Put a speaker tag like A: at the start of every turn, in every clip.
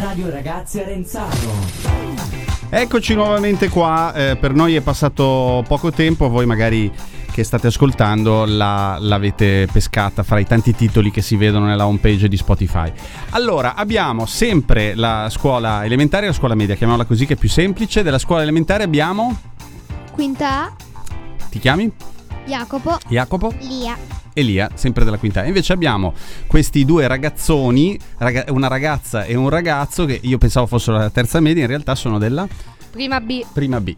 A: Radio Ragazzi Arenzano.
B: Eccoci nuovamente qua, eh, per noi è passato poco tempo, voi magari che state ascoltando la- l'avete pescata fra i tanti titoli che si vedono nella homepage di Spotify. Allora, abbiamo sempre la scuola elementare e la scuola media, chiamiamola così che è più semplice, della scuola elementare abbiamo,
C: Quinta A,
B: ti chiami?
C: Jacopo,
B: Jacopo?
C: Lia.
B: Elia, sempre della quinta. E Invece abbiamo questi due ragazzoni, raga- una ragazza e un ragazzo, che io pensavo fossero la terza media, in realtà sono della
D: Prima B,
B: prima B.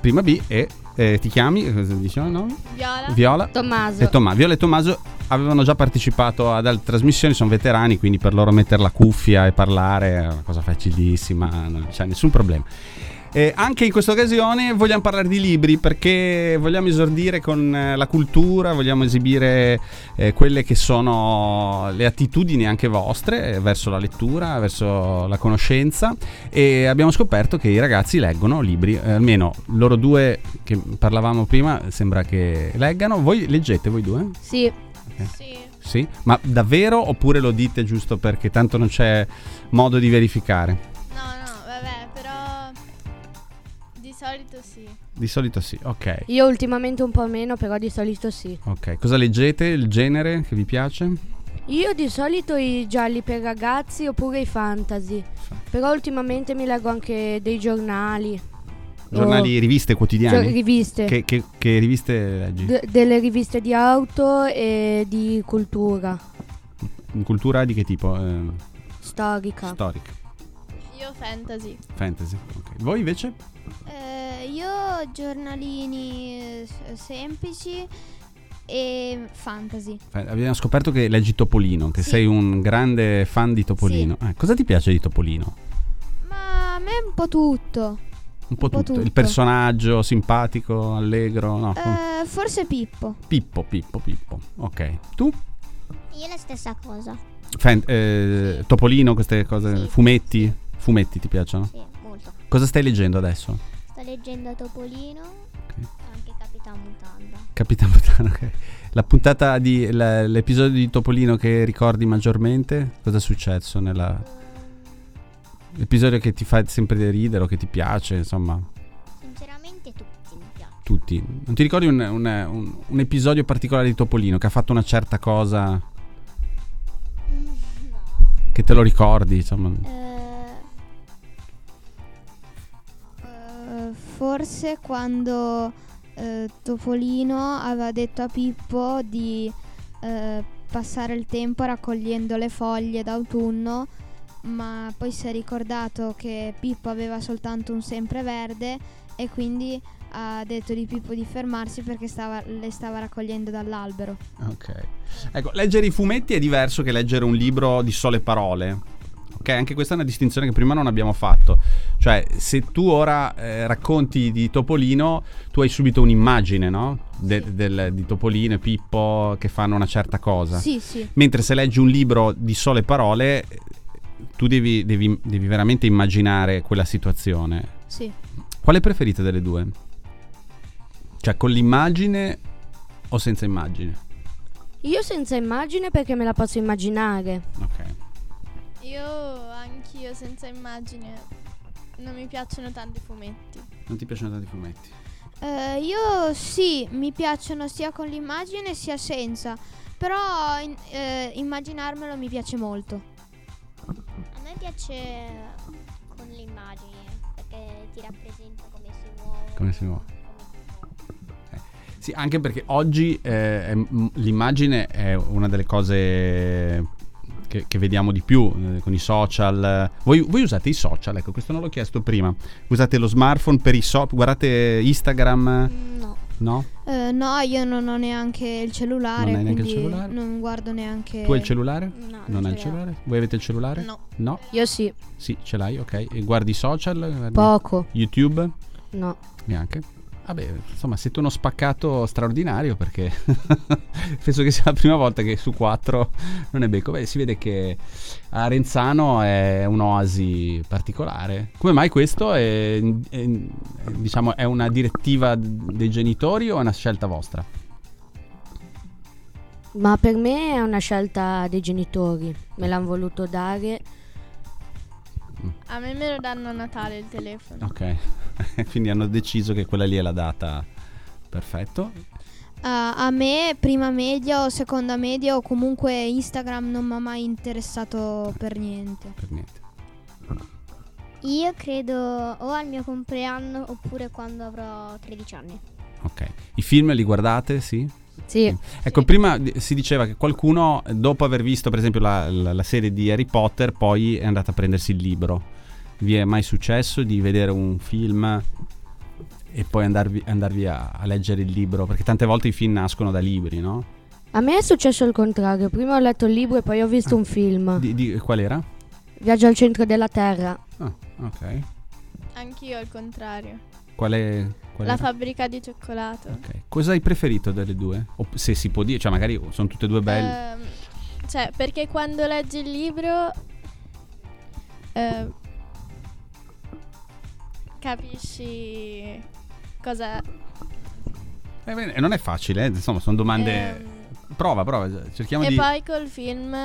B: Prima B e eh, ti chiami? eh, Cosa diciamo il nome?
D: Viola,
B: Viola.
D: Tommaso.
B: E Tommaso. Viola e Tommaso avevano già partecipato ad altre trasmissioni, sono veterani, quindi per loro mettere la cuffia e parlare è una cosa facilissima, non c'è nessun problema. E anche in questa occasione vogliamo parlare di libri perché vogliamo esordire con eh, la cultura, vogliamo esibire eh, quelle che sono le attitudini anche vostre eh, verso la lettura, verso la conoscenza e abbiamo scoperto che i ragazzi leggono libri, eh, almeno loro due che parlavamo prima sembra che leggano, voi leggete voi due?
D: Sì,
B: Sì? Ma davvero oppure lo dite giusto perché tanto non c'è modo di verificare?
E: No, no, vabbè, però di solito sì.
B: Di solito sì, ok.
D: io ultimamente un po' meno, però di solito sì.
B: Ok, cosa leggete? Il genere che vi piace?
D: Io di solito i gialli per ragazzi oppure i fantasy. Però ultimamente mi leggo anche dei giornali.
B: Giornali, riviste,
D: o Oh. gio-
B: quotidiani?
D: riviste.
B: Che, che- che riviste leggi?
D: D- delle riviste di auto e di cultura
B: Cultura di che tipo? Eh,
D: storica.
B: storica,
E: Io fantasy.
B: fantasy. ok. Voi invece?
F: Eh, io giornalini eh, s- semplici e fantasy.
B: Fa- Abbiamo scoperto che leggi Topolino, che sei un grande fan di Topolino. Eh, cosa ti piace di Topolino?
F: Ma a me un po' tutto.
B: Un po'
F: po'
B: tutto. Il
F: tutto.
B: personaggio simpatico, allegro,
G: Oh.
B: no? com-
F: Eh, forse Pippo.
B: Pippo, Pippo, Pippo. Ok. Tu?
G: Io la stessa cosa.
B: Fan- eh, Topolino, queste cose,
G: Sì.
B: fumetti? Fumetti ti piacciono?
G: Sì, molto.
B: Cosa stai leggendo adesso?
G: Sto leggendo Topolino.
B: Ok.
G: Anche Capitan Mutanda.
B: Capitan Botano, ok. La puntata di la- l'episodio di Topolino che ricordi maggiormente? Cosa è successo nella l'episodio che ti fa sempre ridere o che ti piace, insomma,
G: Sinceramente tutti mi piacciono.
B: tutti. Non ti ricordi un, un- un- un episodio particolare di Topolino che ha fatto una certa cosa che te lo ricordi, insomma.
F: Eh, eh, forse quando eh, Topolino aveva detto a Pippo di eh, passare il tempo raccogliendo le foglie d'autunno, ma poi si è ricordato che Pippo aveva soltanto un sempreverde e quindi ha detto di Pippo di fermarsi perché stava- le stava raccogliendo dall'albero.
B: Ok. Ecco, leggere i fumetti è diverso che leggere un libro di sole parole. Ok, anche questa è una distinzione che prima non abbiamo fatto. Cioè, se tu ora eh, racconti di Topolino, tu hai subito un'immagine, no? De- del- di Topolino e Pippo che fanno una certa cosa.
D: Sì, sì.
B: Mentre se leggi un libro di sole parole, eh, tu devi, devi- devi veramente immaginare quella situazione.
D: Sì.
B: Quale preferite delle due? Cioè, con l'immagine o senza immagine?
D: Io senza immagine perché me la posso immaginare.
B: Ok.
E: Io anch'io senza immagine. Non mi piacciono tanti fumetti.
B: Non ti piacciono tanti i fumetti?
F: Eh, io sì, mi piacciono sia con l'immagine sia senza, però in- eh, immaginarmelo mi piace molto.
G: A me piace con le immagini perché ti rappresenta come si muove.
B: Come si muove.
G: come si muove.
B: Sì, anche perché oggi eh, è- m- l'immagine è una delle cose che, che vediamo di più eh, con i social. Voi, voi usate i social? Ecco, questo non l'ho chiesto prima. Usate lo smartphone per i social? Guardate Instagram?
G: No.
B: No?
F: Eh, no, io non ho neanche il cellulare,
B: Non hai neanche il
F: quindi
B: cellulare?
F: non guardo neanche...
B: Tu hai il cellulare?
D: No,
B: non hai il cellulare? Voi avete il cellulare?
E: No.
B: No?
D: Io sì,
B: Sì, ce l'hai, ok. E guardi i social? Guardi
D: poco.
B: YouTube?
D: No.
B: Neanche. Vabbè, insomma, siete uno spaccato straordinario perché penso che sia la prima volta che su quattro non è becco. Beh, si vede che Arenzano è un'oasi particolare. Come mai questo? È, è- diciamo, è una direttiva dei genitori o è una scelta vostra?
D: Ma per me è una scelta dei genitori. Me l'hanno voluto dare.
B: Mm.
E: A me me lo danno a Natale il telefono.
B: Ok, quindi hanno deciso che quella lì è la data. Perfetto.
F: Ah, a me, prima media o seconda media, o comunque Instagram non mi ha mai interessato per niente.
B: Per niente.
G: Io credo o al mio compleanno oppure quando avrò 13 anni.
B: Ok. I film li guardate, sì?
H: Sì.
B: Ecco, prima di- si diceva che qualcuno, eh, dopo aver visto per esempio la, la- la serie di Harry Potter, poi è andato a prendersi il libro. Vi è mai successo di vedere un film e poi andarvi, andarvi a, a leggere il libro? Perché tante volte i film nascono da libri, no?
D: A me è successo il contrario. Prima ho letto il libro e poi ho visto un film.
B: Di, di- qual era?
D: Viaggio al centro della Terra.
B: Ah, ok.
E: Anch'io al contrario.
B: Qual è? qual
E: La
B: era?
E: fabbrica di cioccolato.
B: Ok. Cosa hai preferito delle due? O se si può dire, cioè magari sono tutte e due belle.
E: Ehm, cioè, perché quando leggi il libro ehm, capisci cosa...
B: Eh, bene, non è facile, eh, insomma, sono domande...
E: ehm,
B: Prova, prova, cerchiamo
E: e
B: di...
E: poi col film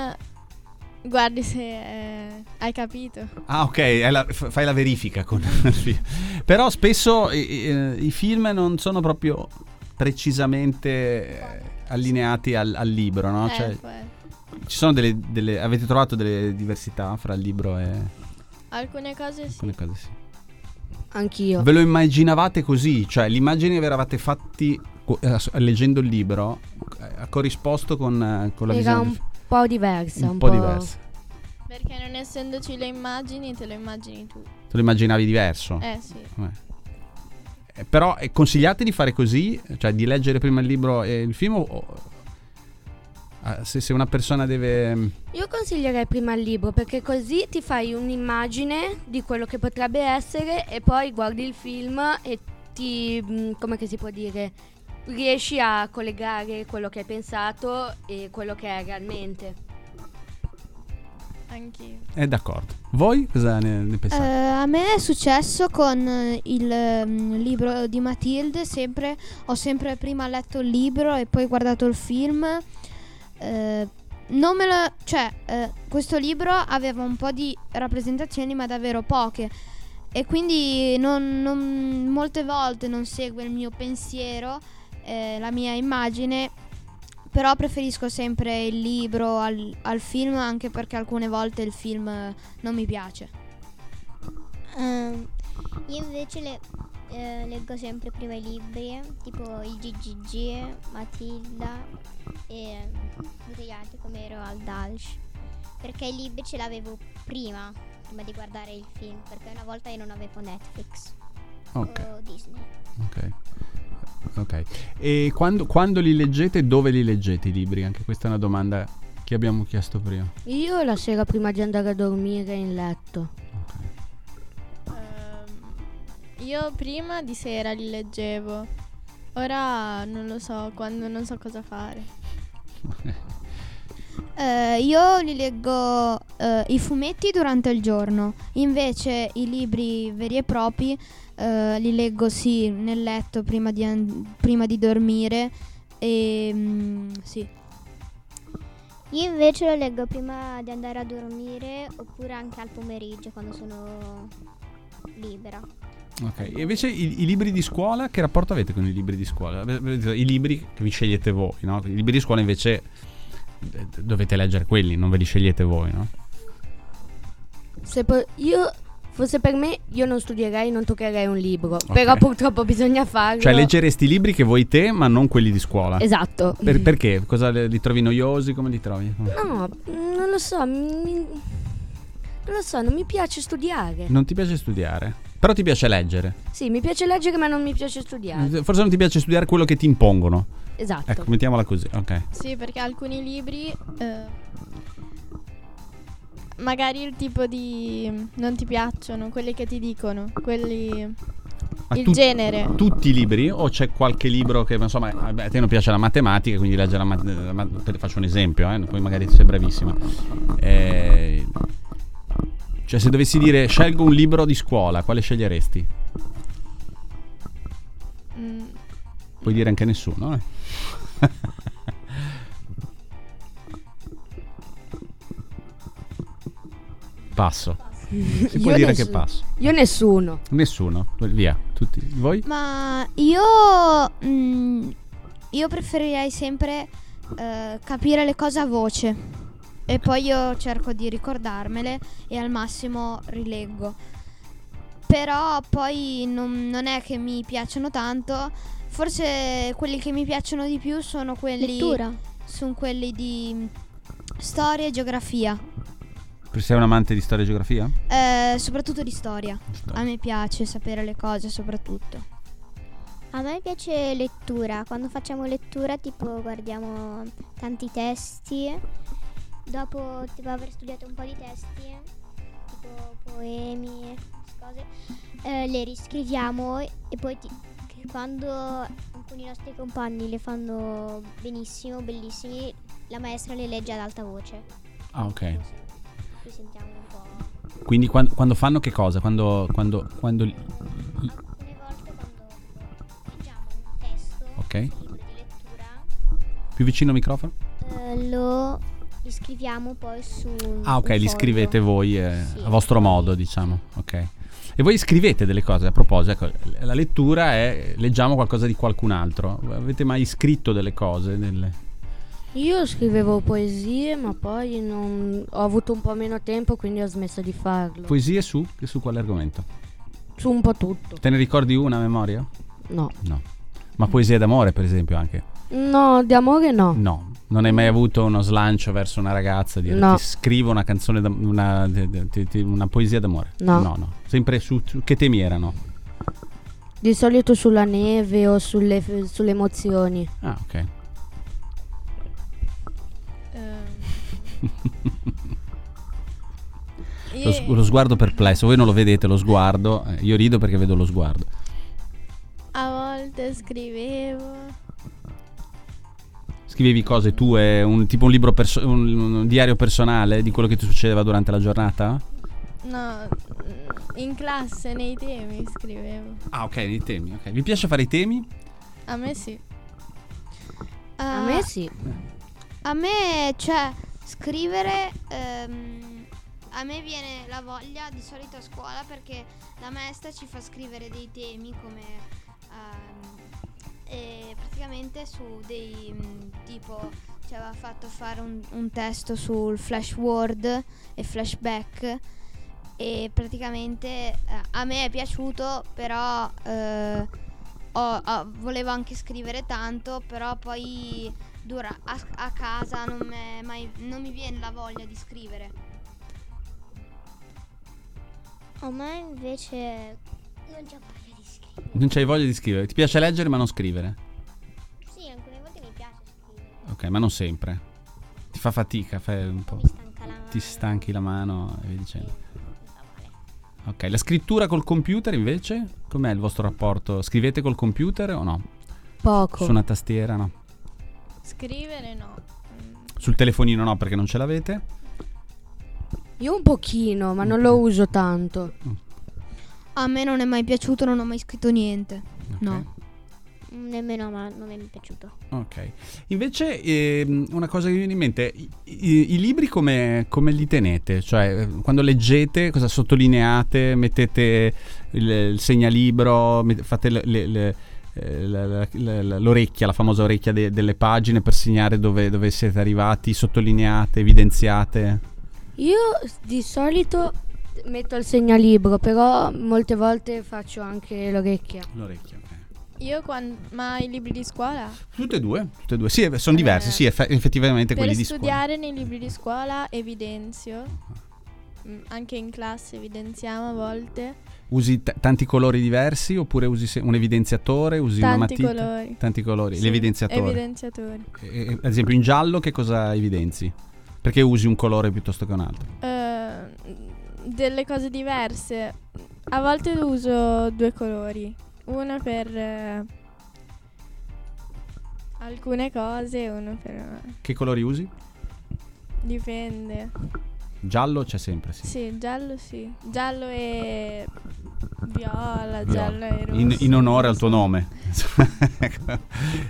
E: guardi se eh, hai capito.
B: Ah, ok, è la- f- fai la verifica con il film. Però spesso eh, eh, i film non sono proprio precisamente eh, allineati al, al libro, no?
E: Eh,
B: Cioè,
E: può essere.
B: ci sono delle, delle- Avete trovato delle diversità fra il libro e...
E: Alcune cose sì.
B: alcune cose, sì.
H: Anch'io.
B: Ve lo immaginavate così? Cioè, l'immagine che vi eravate fatti co- eh, ass- leggendo il libro eh, ha corrisposto con, eh, con la
D: Era
B: visione del
D: un
B: fi-
D: po' diversa.
B: un po' diversa.
E: Perché non essendoci le immagini, te le immagini tu.
B: Te lo immaginavi diverso?
E: Eh sì.
B: Eh, Però eh, consigliate di fare così, cioè di leggere prima il libro e il film? o- o- ah, se, se una persona deve...
D: Io consiglierei prima il libro perché così ti fai un'immagine di quello che potrebbe essere e poi guardi il film e ti, mh, come che si può dire, riesci a collegare quello che hai pensato e quello che è realmente.
E: Anch'io.
B: È eh, d'accordo. Voi cosa ne, ne
F: Eh,
B: pensate?
F: a me è successo con eh, il mm, libro di Matilde, sempre, ho sempre prima letto il libro e poi guardato il film. Eh, non me lo, cioè, eh, questo libro aveva un po' di rappresentazioni, ma davvero poche. E quindi non- non- molte volte non segue il mio pensiero, eh, la mia immagine, però preferisco sempre il libro al, al film, anche perché alcune volte il film eh, non mi piace.
G: Ehm, io invece le- eh, leggo sempre prima i libri, tipo il GGG, Matilda e tutti gli altri come Roald Dahl. Perché i libri ce l'avevo prima, prima di guardare il film, perché una volta io non avevo Netflix
B: ok,
G: o Disney.
B: ok. Ok. E quando, quando li leggete, dove li leggete i libri? Anche questa è una domanda che abbiamo chiesto prima.
D: Io la sera prima di andare a dormire in letto.
E: Ehm, io prima di sera li leggevo. Ora non lo so, quando non so cosa fare.
F: Eh, io li leggo eh, i fumetti durante il giorno, invece i libri veri e propri eh, li leggo sì nel letto prima di, an- prima di dormire. E mm, sì.
G: Io invece lo leggo prima di andare a dormire oppure anche al pomeriggio quando sono libera.
B: Ok. E invece i, i libri di scuola, che rapporto avete con i libri di scuola? Ve- ve- I libri che vi scegliete voi, no? I libri di scuola invece eh, dovete leggere quelli, non ve li scegliete voi, no?
D: Se po- io fosse per me, io non studierei, non toccherei un libro. Però purtroppo bisogna farlo.
B: Cioè, leggeresti i libri che vuoi te, ma non quelli di scuola.
D: Esatto.
B: Per- perché? Cosa le- li trovi noiosi? Come li trovi?
D: No, mh, non lo so, mi- non lo so, non mi piace studiare.
B: Non ti piace studiare, però ti piace leggere.
D: Sì, mi piace leggere, ma non mi piace studiare.
B: Forse non ti piace studiare quello che ti impongono.
D: Esatto.
B: Ecco, mettiamola così. Ok.
E: Sì, perché alcuni libri eh, magari il tipo di non ti piacciono, quelli che ti dicono, quelli
B: Ma
E: il
B: tu-
E: genere.
B: Tutti i libri o c'è qualche libro che insomma eh, beh, a te non piace la matematica, quindi leggi la matematica. faccio un esempio, eh, poi magari sei bravissima. Eh, cioè, se dovessi dire scelgo un libro di scuola, quale sceglieresti?
E: Mm,
B: Puoi dire anche nessuno, eh? Passo. Si può
D: Io
B: dire
D: nessu-
B: che passo.
D: Io nessuno.
B: Nessuno. Via, tutti. Voi?
F: Ma io. mm, io preferirei sempre eh, capire le cose a voce. E poi io cerco di ricordarmele e al massimo rileggo. Però poi non, non è che mi piacciono tanto. Forse quelli che mi piacciono di più sono quelli.
E: Lettura.
F: Sono quelli di mm, storia e geografia.
B: Sei un amante di storia e geografia?
F: Eh, soprattutto di storia.
B: Storia.
F: A me piace sapere le cose, soprattutto.
G: A me piace lettura, quando facciamo lettura tipo guardiamo tanti testi, dopo tipo aver studiato un po' di testi, tipo poemi, queste cose, eh, le riscriviamo e poi ti- che quando alcuni nostri compagni le fanno benissimo, bellissimi, la maestra le legge ad alta voce.
B: Ah, ok.
G: Ci sentiamo un po'.
B: Quindi quan- quando, fanno che cosa? Quando, quando, quando li-
G: Alcune volte quando tipo, leggiamo un testo,
B: Ok.
G: un libro di lettura,
B: più vicino al microfono?
G: Eh, lo iscriviamo poi su un-
B: Ah, ok,
G: un
B: li
G: foglio.
B: scrivete voi eh,
G: Sì.
B: a vostro modo, diciamo. Ok. E voi scrivete delle cose, a proposito, ecco, la lettura è leggiamo qualcosa di qualcun altro. Avete mai scritto delle cose? Delle...
D: Io scrivevo poesie, ma poi non- ho avuto un po' meno tempo, quindi ho smesso di farlo.
B: Poesie su? Che Su quale argomento?
D: Su un po' tutto.
B: Te ne ricordi una a memoria?
D: No.
B: No. Ma poesie d'amore, per esempio, anche?
D: No, di amore no.
B: No. Non hai mai avuto uno slancio verso una ragazza? Dire,
D: No.
B: Ti scrivo una canzone, d'am- una, de- de- ti- ti- una poesia d'amore?
D: No.
B: No, no. Sempre su, su che temi erano?
D: Di solito sulla neve o sulle, sulle emozioni.
B: Ah, ok.
E: Ehm.
B: Lo, s- lo sguardo perplesso, voi non lo vedete lo sguardo, eh, io rido perché vedo lo sguardo.
E: A volte scrivevo.
B: Scrivevi cose tue, un, tipo un libro, perso- un, un diario personale di quello che ti succedeva durante la giornata?
E: No, mm, in classe nei temi scrivevo.
B: Ah, ok, nei temi, ok. Vi piace fare i temi?
E: A me sì.
H: Ah.
D: A me sì.
F: A me, cioè, scrivere, ehm, a me viene la voglia di solito a scuola perché la maestra ci fa scrivere dei temi come... ehm, e praticamente su dei mh, tipo ci aveva fatto fare un, un testo sul flash word e flashback e praticamente eh, a me è piaciuto però eh, ho- ho- volevo anche scrivere tanto però poi dura a, a casa non, m'è mai- non mi viene la voglia di scrivere
G: A me invece non c'è voglia di scrivere.
B: Non c'hai voglia di scrivere, ti piace leggere ma non scrivere.
G: Sì, alcune volte mi piace scrivere.
B: Ok, ma non sempre. Ti fa fatica, fai un po'.
G: Mi stanca la mano.
B: Ti stanchi la mano e via
G: e
B: dicendo.
G: Mi fa male.
B: Ok, la scrittura col computer invece? Com'è il vostro rapporto? Scrivete col computer o no?
D: Poco.
B: Su una tastiera, no?
E: Scrivere no. Mm,
B: Sul telefonino no perché non ce l'avete.
D: Io un pochino, ma non lo uso tanto.
F: a me non è mai piaciuto non ho mai scritto niente
B: Ok.
F: No.
G: Mm, Nemmeno ma non mi è piaciuto.
B: Ok. Invece ehm, una cosa che mi viene in mente, i, i- i libri come, come li tenete? Cioè eh, quando leggete cosa sottolineate? Mettete il, il segnalibro, met- fate le- le- le- eh, la- la- la- la- l'orecchia, la famosa orecchia de- delle pagine per segnare dove, dove siete arrivati, sottolineate, evidenziate?
D: Io s- di solito metto il segnalibro, però molte volte faccio anche l'orecchia.
B: L'orecchia, ok.
E: Io quando. Ma i libri di scuola?
B: Tutte e due, tutte e due. Sì, eh, sono diversi,
E: Eh,
B: sì, effe- effettivamente
E: per
B: quelli di scuola.
E: studiare nei libri di scuola evidenzio. Mm, Anche in classe evidenziamo a volte.
B: Usi t- tanti colori diversi oppure usi se- un evidenziatore, usi una
E: Tanti
B: matita?
E: colori.
B: Tanti colori,
E: Sì,
B: l'evidenziatore.
E: Evidenziatore.
B: E- e- ad esempio in giallo che cosa evidenzi? Perché usi un colore piuttosto che un altro?
E: Eh, delle cose diverse. A volte uso due colori. Uno per eh, alcune cose e uno per... eh,
B: Che colori usi?
E: Dipende.
B: Giallo c'è sempre, sì.
E: Sì, giallo sì. Giallo e viola, giallo e rosso.
B: In, in onore al tuo nome. Ecco.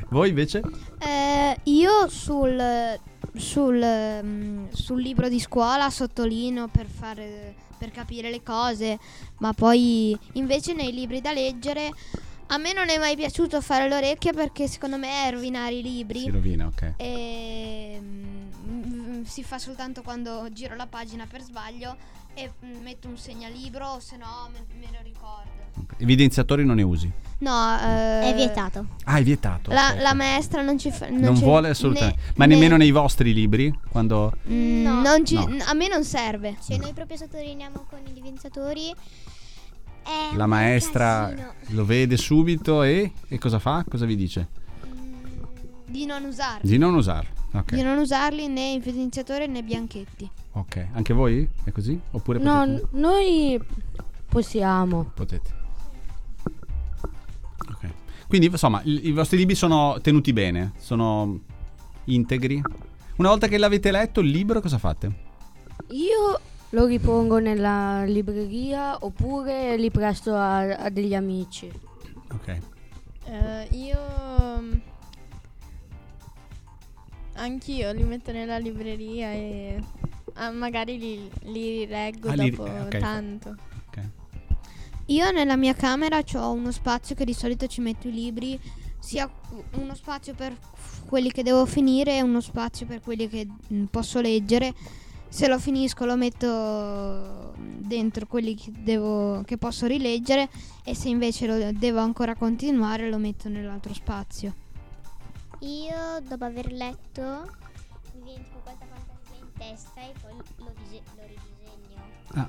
B: Voi invece?
F: Eh, io sul sul, mm, sul libro di scuola sottolineo per, fare, per capire le cose, ma poi invece nei libri da leggere a me non è mai piaciuto fare l'orecchia perché secondo me è rovinare i libri.
B: Si rovina, ok.
F: E mm, si fa soltanto quando giro la pagina per sbaglio e mm, metto un segnalibro o se no me, me lo ricordo.
B: Evidenziatori non ne usi.
F: No, eh,
G: È vietato.
B: Ah, è vietato.
F: La,
B: ok.
F: la maestra non ci fa...
B: non,
F: ci-
B: vuole
F: ne-
B: assolutamente. Ma
F: ne-
B: nemmeno nei vostri libri? Quando.
F: Mm,
G: No.
F: non ci-
B: No.
F: A me non serve.
G: Cioè, noi proprio sottolineiamo con i divenzatori. È
B: La
G: un
B: maestra
G: casino.
B: lo vede subito e, e cosa fa? Cosa vi dice?
F: Di non usarli.
B: Di non usarlo. Ok,
F: Di non usarli né evidenziatore né bianchetti.
B: ok. Anche voi? È così? Oppure
H: No,
B: potete?
H: n- noi possiamo.
B: Potete. Ok. Quindi, insomma, i, i vostri libri sono tenuti bene, sono integri. Una volta che l'avete letto il libro, cosa fate?
H: Io lo ripongo nella libreria oppure li presto a, a degli amici.
B: Ok.
E: Eh, io. mm, Anch'io li metto nella libreria e. ah, magari li, li rileggo
B: Ah, li ri-
E: dopo
B: eh, ok.
E: tanto.
B: ok.
F: Io nella mia camera ho uno spazio che di solito ci metto i libri, sia uno spazio per quelli che devo finire e uno spazio per quelli che mm, posso leggere. Se lo finisco lo metto mm, dentro quelli che, devo, che posso rileggere e se invece lo devo ancora continuare lo metto nell'altro spazio.
G: Io, dopo aver letto, mi viene tipo questa fantasia in testa e poi lo, dise- lo ridisegno.
B: Ah.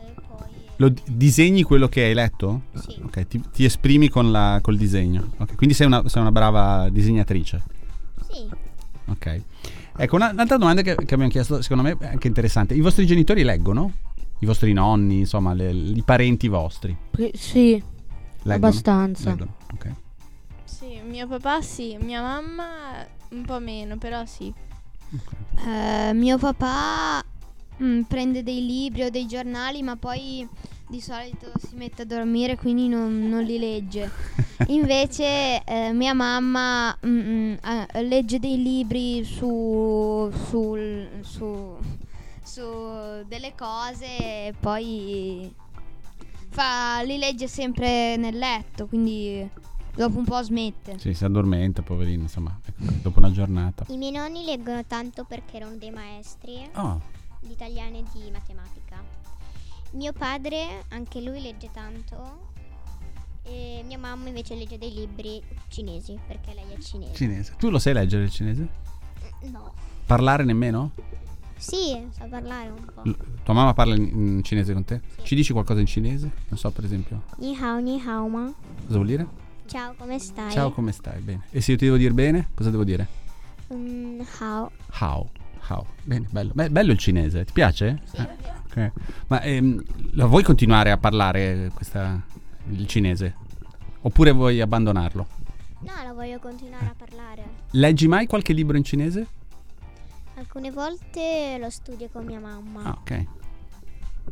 G: E poi. eh,
B: Lo d- disegni quello che hai letto?
G: Sì.
B: Ok, ti, ti esprimi con la- col disegno. Ok, quindi sei una, sei una brava disegnatrice.
G: Sì.
B: Ok. Ecco, una- un'altra domanda che, che abbiamo chiesto, secondo me è anche interessante. I vostri genitori leggono? I vostri nonni, insomma, le- i parenti vostri?
H: Pre- sì,
B: Leggono?
H: abbastanza.
B: Leggono, ok.
E: Sì, mio papà sì, mia mamma un po' meno, però sì.
F: Eh, mio papà mm, prende dei libri o dei giornali, ma poi di solito si mette a dormire, quindi non, non li legge. Invece eh, mia mamma mm, mm, eh, legge dei libri su, sul- su, su delle cose e poi fa- li legge sempre nel letto, quindi dopo un po' smette.
B: Sì, si addormenta, poverino, insomma, ecco, dopo una giornata.
G: I miei nonni leggono tanto perché erano dei maestri eh,
B: Oh,
G: di italiano e di matematica. Mio padre, anche lui legge tanto. E mia mamma invece legge dei libri cinesi perché lei è cinese.
B: cinese. Tu lo sai leggere il cinese?
G: No.
B: Parlare nemmeno?
G: Sì, so parlare un po'.
B: L- tua mamma parla in, in cinese con te? Ci dici qualcosa in cinese? Non so, per esempio,
G: Ni hao, ni hao ma.
B: cosa vuol dire?
G: Ciao, come stai?
B: Ciao, come stai? Bene. E se io ti devo dire bene, cosa devo dire?
G: Mm, hao.
B: How. How. Bene, bello. Be- bello il cinese, ti piace? Eh, ok. Ma ehm, la vuoi continuare a parlare eh, questa- il cinese? Oppure vuoi abbandonarlo?
G: No, la voglio continuare a parlare.
B: Leggi mai qualche libro in cinese?
G: Alcune volte lo studio con mia mamma.
B: Ah, ok.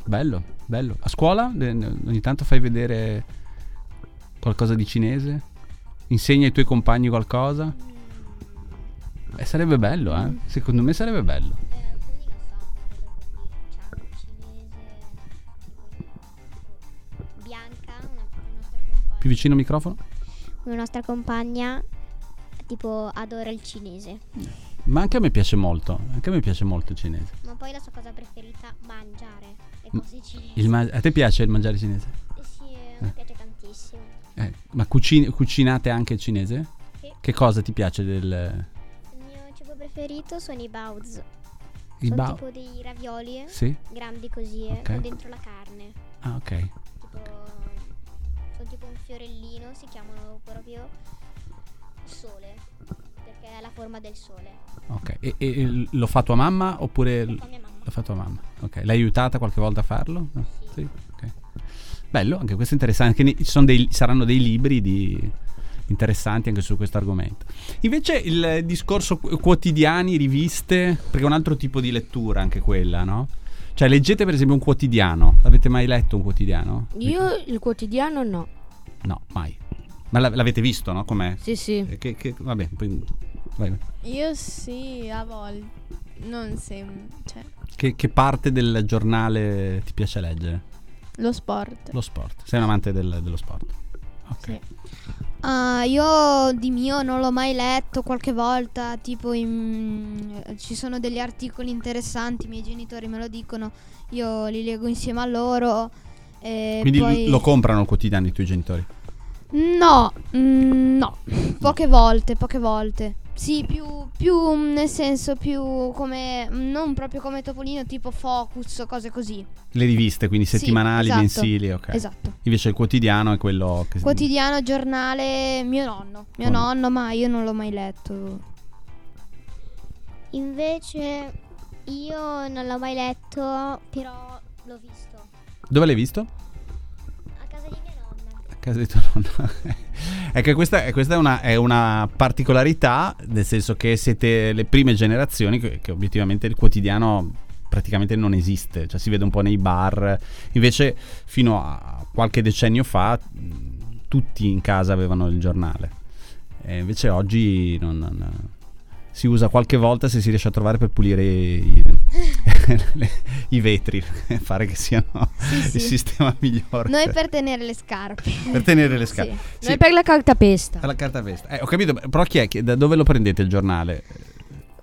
B: Bello, bello. A scuola eh, n- ogni tanto fai vedere qualcosa di cinese? Insegni ai tuoi compagni qualcosa? Eh, sarebbe bello, eh? Secondo me sarebbe bello.
G: Alcuni non sanno cosa vuol dire. Ciao, cinese. tipo, Bianca, una, una nostra compagna.
B: Più vicino al microfono?
G: Una nostra compagna, tipo, adora il cinese.
B: Ma anche a me piace molto, anche a me piace molto il cinese.
G: Ma poi la sua cosa preferita, mangiare. Le cose cinesi. Eh
B: Il ma- a te piace il mangiare cinese?
G: Sì, a me piace tantissimo.
B: Eh, ma cucin- cucinate anche il cinese?
G: Sì.
B: Che cosa ti piace del...
G: Il mio cibo preferito sono i baozi.
B: Il
G: sono
B: bao?
G: tipo dei ravioli
B: Sì?
G: grandi così, eh,
B: Ok.
G: con dentro la carne.
B: Ah, ok.
G: Tipo, sono tipo un fiorellino, si chiamano proprio sole, perché ha la forma del sole.
B: ok. E, e- e l- lo fa tua mamma oppure... l-
G: Fa mia mamma.
B: L'ha fatto mamma. Ok. L'hai aiutata qualche volta a farlo? No? Sì. Ok. Bello, anche questo è interessante. Anche ne- ci sono dei- saranno dei libri di- interessanti anche su questo argomento. Invece il discorso qu- quotidiani, riviste, perché è un altro tipo di lettura anche quella, no? Cioè, leggete per esempio un quotidiano. Avete mai letto un quotidiano?
H: Io il quotidiano no.
B: No, mai. Ma la- l'avete visto, no? Com'è?
H: Sì, sì.
B: Eh, Che, che- vabbè, poi Vai, vai.
E: Io sì, a volte. Non sempre. Cioè,
B: Che, che parte del giornale ti piace leggere?
E: lo sport.
B: Lo sport. Sei un amante del- dello sport. Ok.
E: Sì.
F: Ah, io di mio non l'ho mai letto qualche volta, tipo in- ci sono degli articoli interessanti, i miei genitori me lo dicono, io li leggo insieme a loro. E
B: Quindi
F: poi...
B: lo comprano il quotidiano i tuoi genitori.
F: No, mm, no, poche volte, poche volte. Sì, più, più mm, nel senso più come, non proprio come Topolino, tipo Focus, cose così.
B: Le riviste, quindi
F: Sì,
B: settimanali,
F: esatto.
B: mensili, ok.
F: Esatto.
B: Invece il quotidiano è quello che
F: Quotidiano, giornale, mio nonno. Mio
B: Oh no.
F: nonno, ma io non l'ho mai letto.
G: Invece io non l'ho mai letto, però l'ho visto.
B: Dove l'hai visto?
G: A casa di mia nonna.
B: A casa di tuo nonno. è che questa, è, questa è, una, è una particolarità, nel senso che siete le prime generazioni che, che obiettivamente il quotidiano praticamente non esiste, cioè si vede un po' nei bar. Invece fino a qualche decennio fa mh, tutti in casa avevano il giornale. E invece oggi non- non- si usa qualche volta se si riesce a trovare per pulire i, le- i vetri, fare che siano il sistema migliore.
F: Noi per tenere le scarpe.
B: Per tenere le scarpe. Sì.
H: Noi per la cartapesta.
B: Alla carta pesta. Eh, ho capito, però chi è? che- Da dove lo prendete il giornale?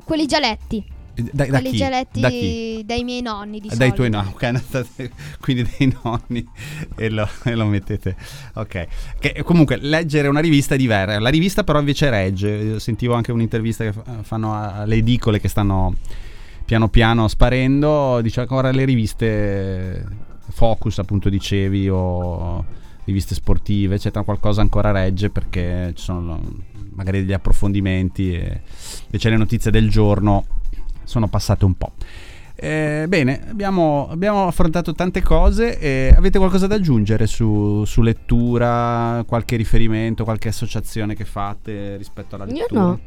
F: Quelli già letti.
B: Eh, Da, da
F: quelli
B: chi?
F: già letti
B: Da chi? Ah,
F: dai miei nonni di
B: Dai
F: solito.
B: tuoi nonni, ok, andate- quindi dei nonni e lo, e lo mettete. Ok. Che, comunque, leggere una rivista è diversa. La rivista, però, invece regge. Eh, Sentivo anche un'intervista che fa- fanno a- alle edicole che stanno piano piano sparendo. Dice ancora le riviste eh, Focus, appunto, dicevi, o riviste sportive, eccetera. Qualcosa ancora regge perché ci sono magari degli approfondimenti e invece le notizie del giorno sono passate un po'. Eh, bene, abbiamo, abbiamo affrontato tante cose. eh, avete qualcosa da aggiungere su, su lettura? Qualche riferimento, qualche associazione che fate rispetto alla
H: Io
B: lettura?
H: no.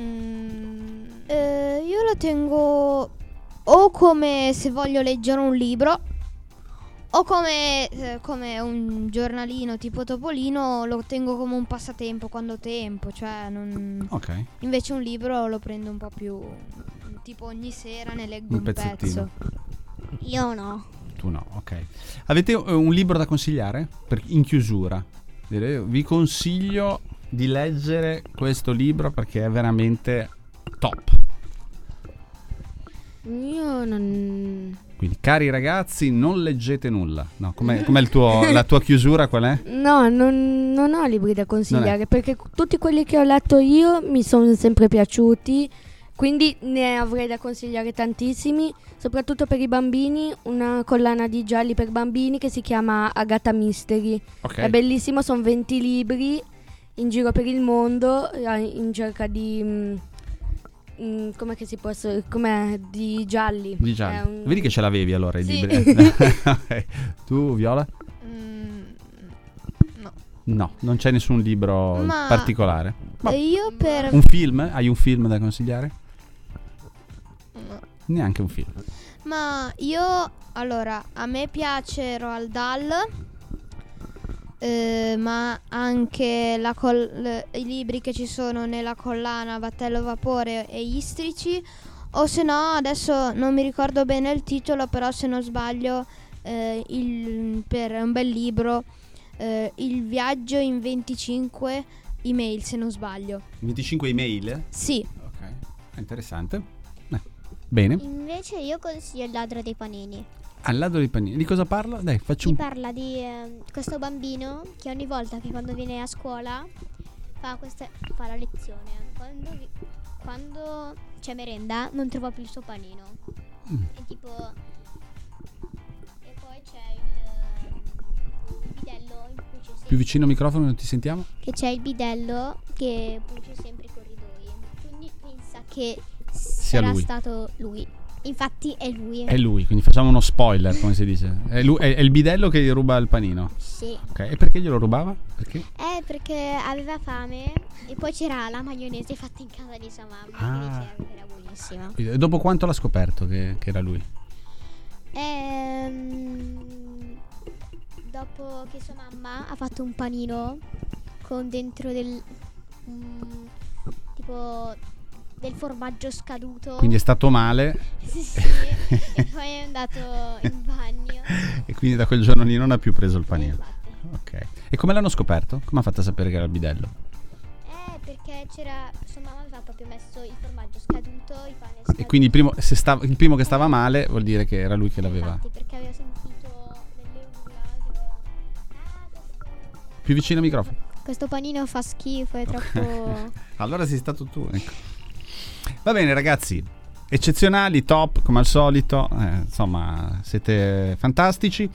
E: Mm,
F: Eh, io lo tengo o come se voglio leggere un libro o come, eh, come un giornalino tipo Topolino lo tengo come un passatempo quando ho tempo, cioè non-
B: Ok,
F: invece un libro lo prendo un po' più tipo ogni sera ne leggo
B: Un
F: un, pezzo.
B: pezzettino.
G: Io no.
B: tu no, ok. Avete eh, un libro da consigliare? Per- in chiusura, Direi, vi consiglio di leggere questo libro perché è veramente top.
H: Io non.
B: Quindi, cari ragazzi, non leggete nulla. No, com'è, com'è il tuo- la tua chiusura? Qual è?
H: No, non, non ho libri da consigliare perché tutti quelli che ho letto io mi sono sempre piaciuti, quindi ne avrei da consigliare tantissimi, soprattutto per i bambini, una collana di gialli per bambini che si chiama Agatha Mystery.
B: Ok.
H: È bellissimo, sono 20 libri in giro per il mondo eh, in cerca di... mm, mm, com'è che si può... s- com'è? Di gialli.
B: Di gialli.
H: È un-
B: Vedi che ce l'avevi allora i
H: Sì.
B: libri. Ok. tu, Viola?
E: mm,
B: No, non c'è nessun libro
F: Ma-
B: particolare. Ma-
F: E Io per
B: Un film? Hai un film da consigliare?
E: no.
B: Neanche un film.
F: Ma io, allora, a me piace Roald Dahl, eh, ma anche la col- le- i libri che ci sono nella collana Battello Vapore e Istrici, o se no, adesso non mi ricordo bene il titolo, però se non sbaglio, eh, il- per un bel libro, eh, Il viaggio in 25 email, se non sbaglio.
B: 25 email?
F: Sì,
B: Ok, interessante. Eh, Bene,
G: Invece io consiglio il ladro dei panini.
B: al lato dei panini. Di cosa parla? Dai, facci
G: Mi
B: un...
G: parla di ehm, questo bambino che ogni volta che quando viene a scuola fa, questa, fa la lezione. Quando, vi- quando c'è merenda non trova più il suo panino.
B: Mm.
G: E tipo... E poi c'è il, il bidello in cui c'è sempre-
B: più vicino al microfono, non ti sentiamo?
G: che c'è il bidello che pulisce sempre i corridoi. Quindi pensa che
B: Sia
G: sarà
B: lui.
G: stato lui. Infatti è lui.
B: È lui, quindi facciamo uno spoiler, come si dice. È, lui- è- è il bidello che gli ruba il panino.
G: Sì.
B: Ok, e perché glielo rubava? Perché?
G: Eh, perché aveva fame e poi c'era la maionese fatta in casa di sua mamma
B: Ah.
G: che diceva che era buonissima.
B: E dopo quanto l'ha scoperto che- che era lui?
G: Ehm, dopo che sua mamma ha fatto un panino con dentro del... mm, tipo del formaggio scaduto.
B: Quindi è stato male
G: Sì, sì. e poi è andato in bagno.
B: e quindi da quel giorno lì non ha più preso il panino.
G: Infatti.
B: Ok. E come l'hanno scoperto? Come ha fatto a sapere che era il bidello?
G: Eh, perché c'era. Sua mamma aveva proprio messo il formaggio scaduto, il pane scaduto.
B: E quindi il primo, se stava- il primo che stava male vuol dire che era lui che l'aveva.
G: Infatti, perché aveva sentito delle urla. che- Ah, questo-
B: Più vicino al microfono.
G: Questo panino fa schifo, è troppo.
B: Allora sei stato tu, ecco. Va bene ragazzi, eccezionali, top come al solito, eh, insomma siete fantastici.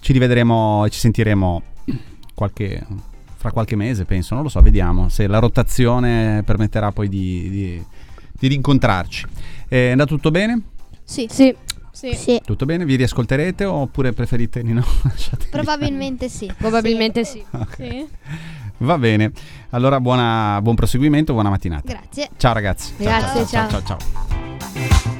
B: Ci rivedremo e ci sentiremo qualche, fra qualche mese, penso, non lo so, vediamo se la rotazione permetterà poi di, di- di rincontrarci. Eh, È andato tutto bene?
F: Sì,
H: Sì,
E: Sì.
B: Tutto bene? Vi riascolterete oppure preferite di no? Lasciate-
F: probabilmente sì.
H: probabilmente sì.
B: Ok.
E: Sì.
B: Va bene, allora buona- buon proseguimento, buona mattinata.
F: Grazie.
B: Ciao ragazzi. Ciao,
H: Grazie,
B: ciao, ciao,
H: ciao.
B: ciao, ciao.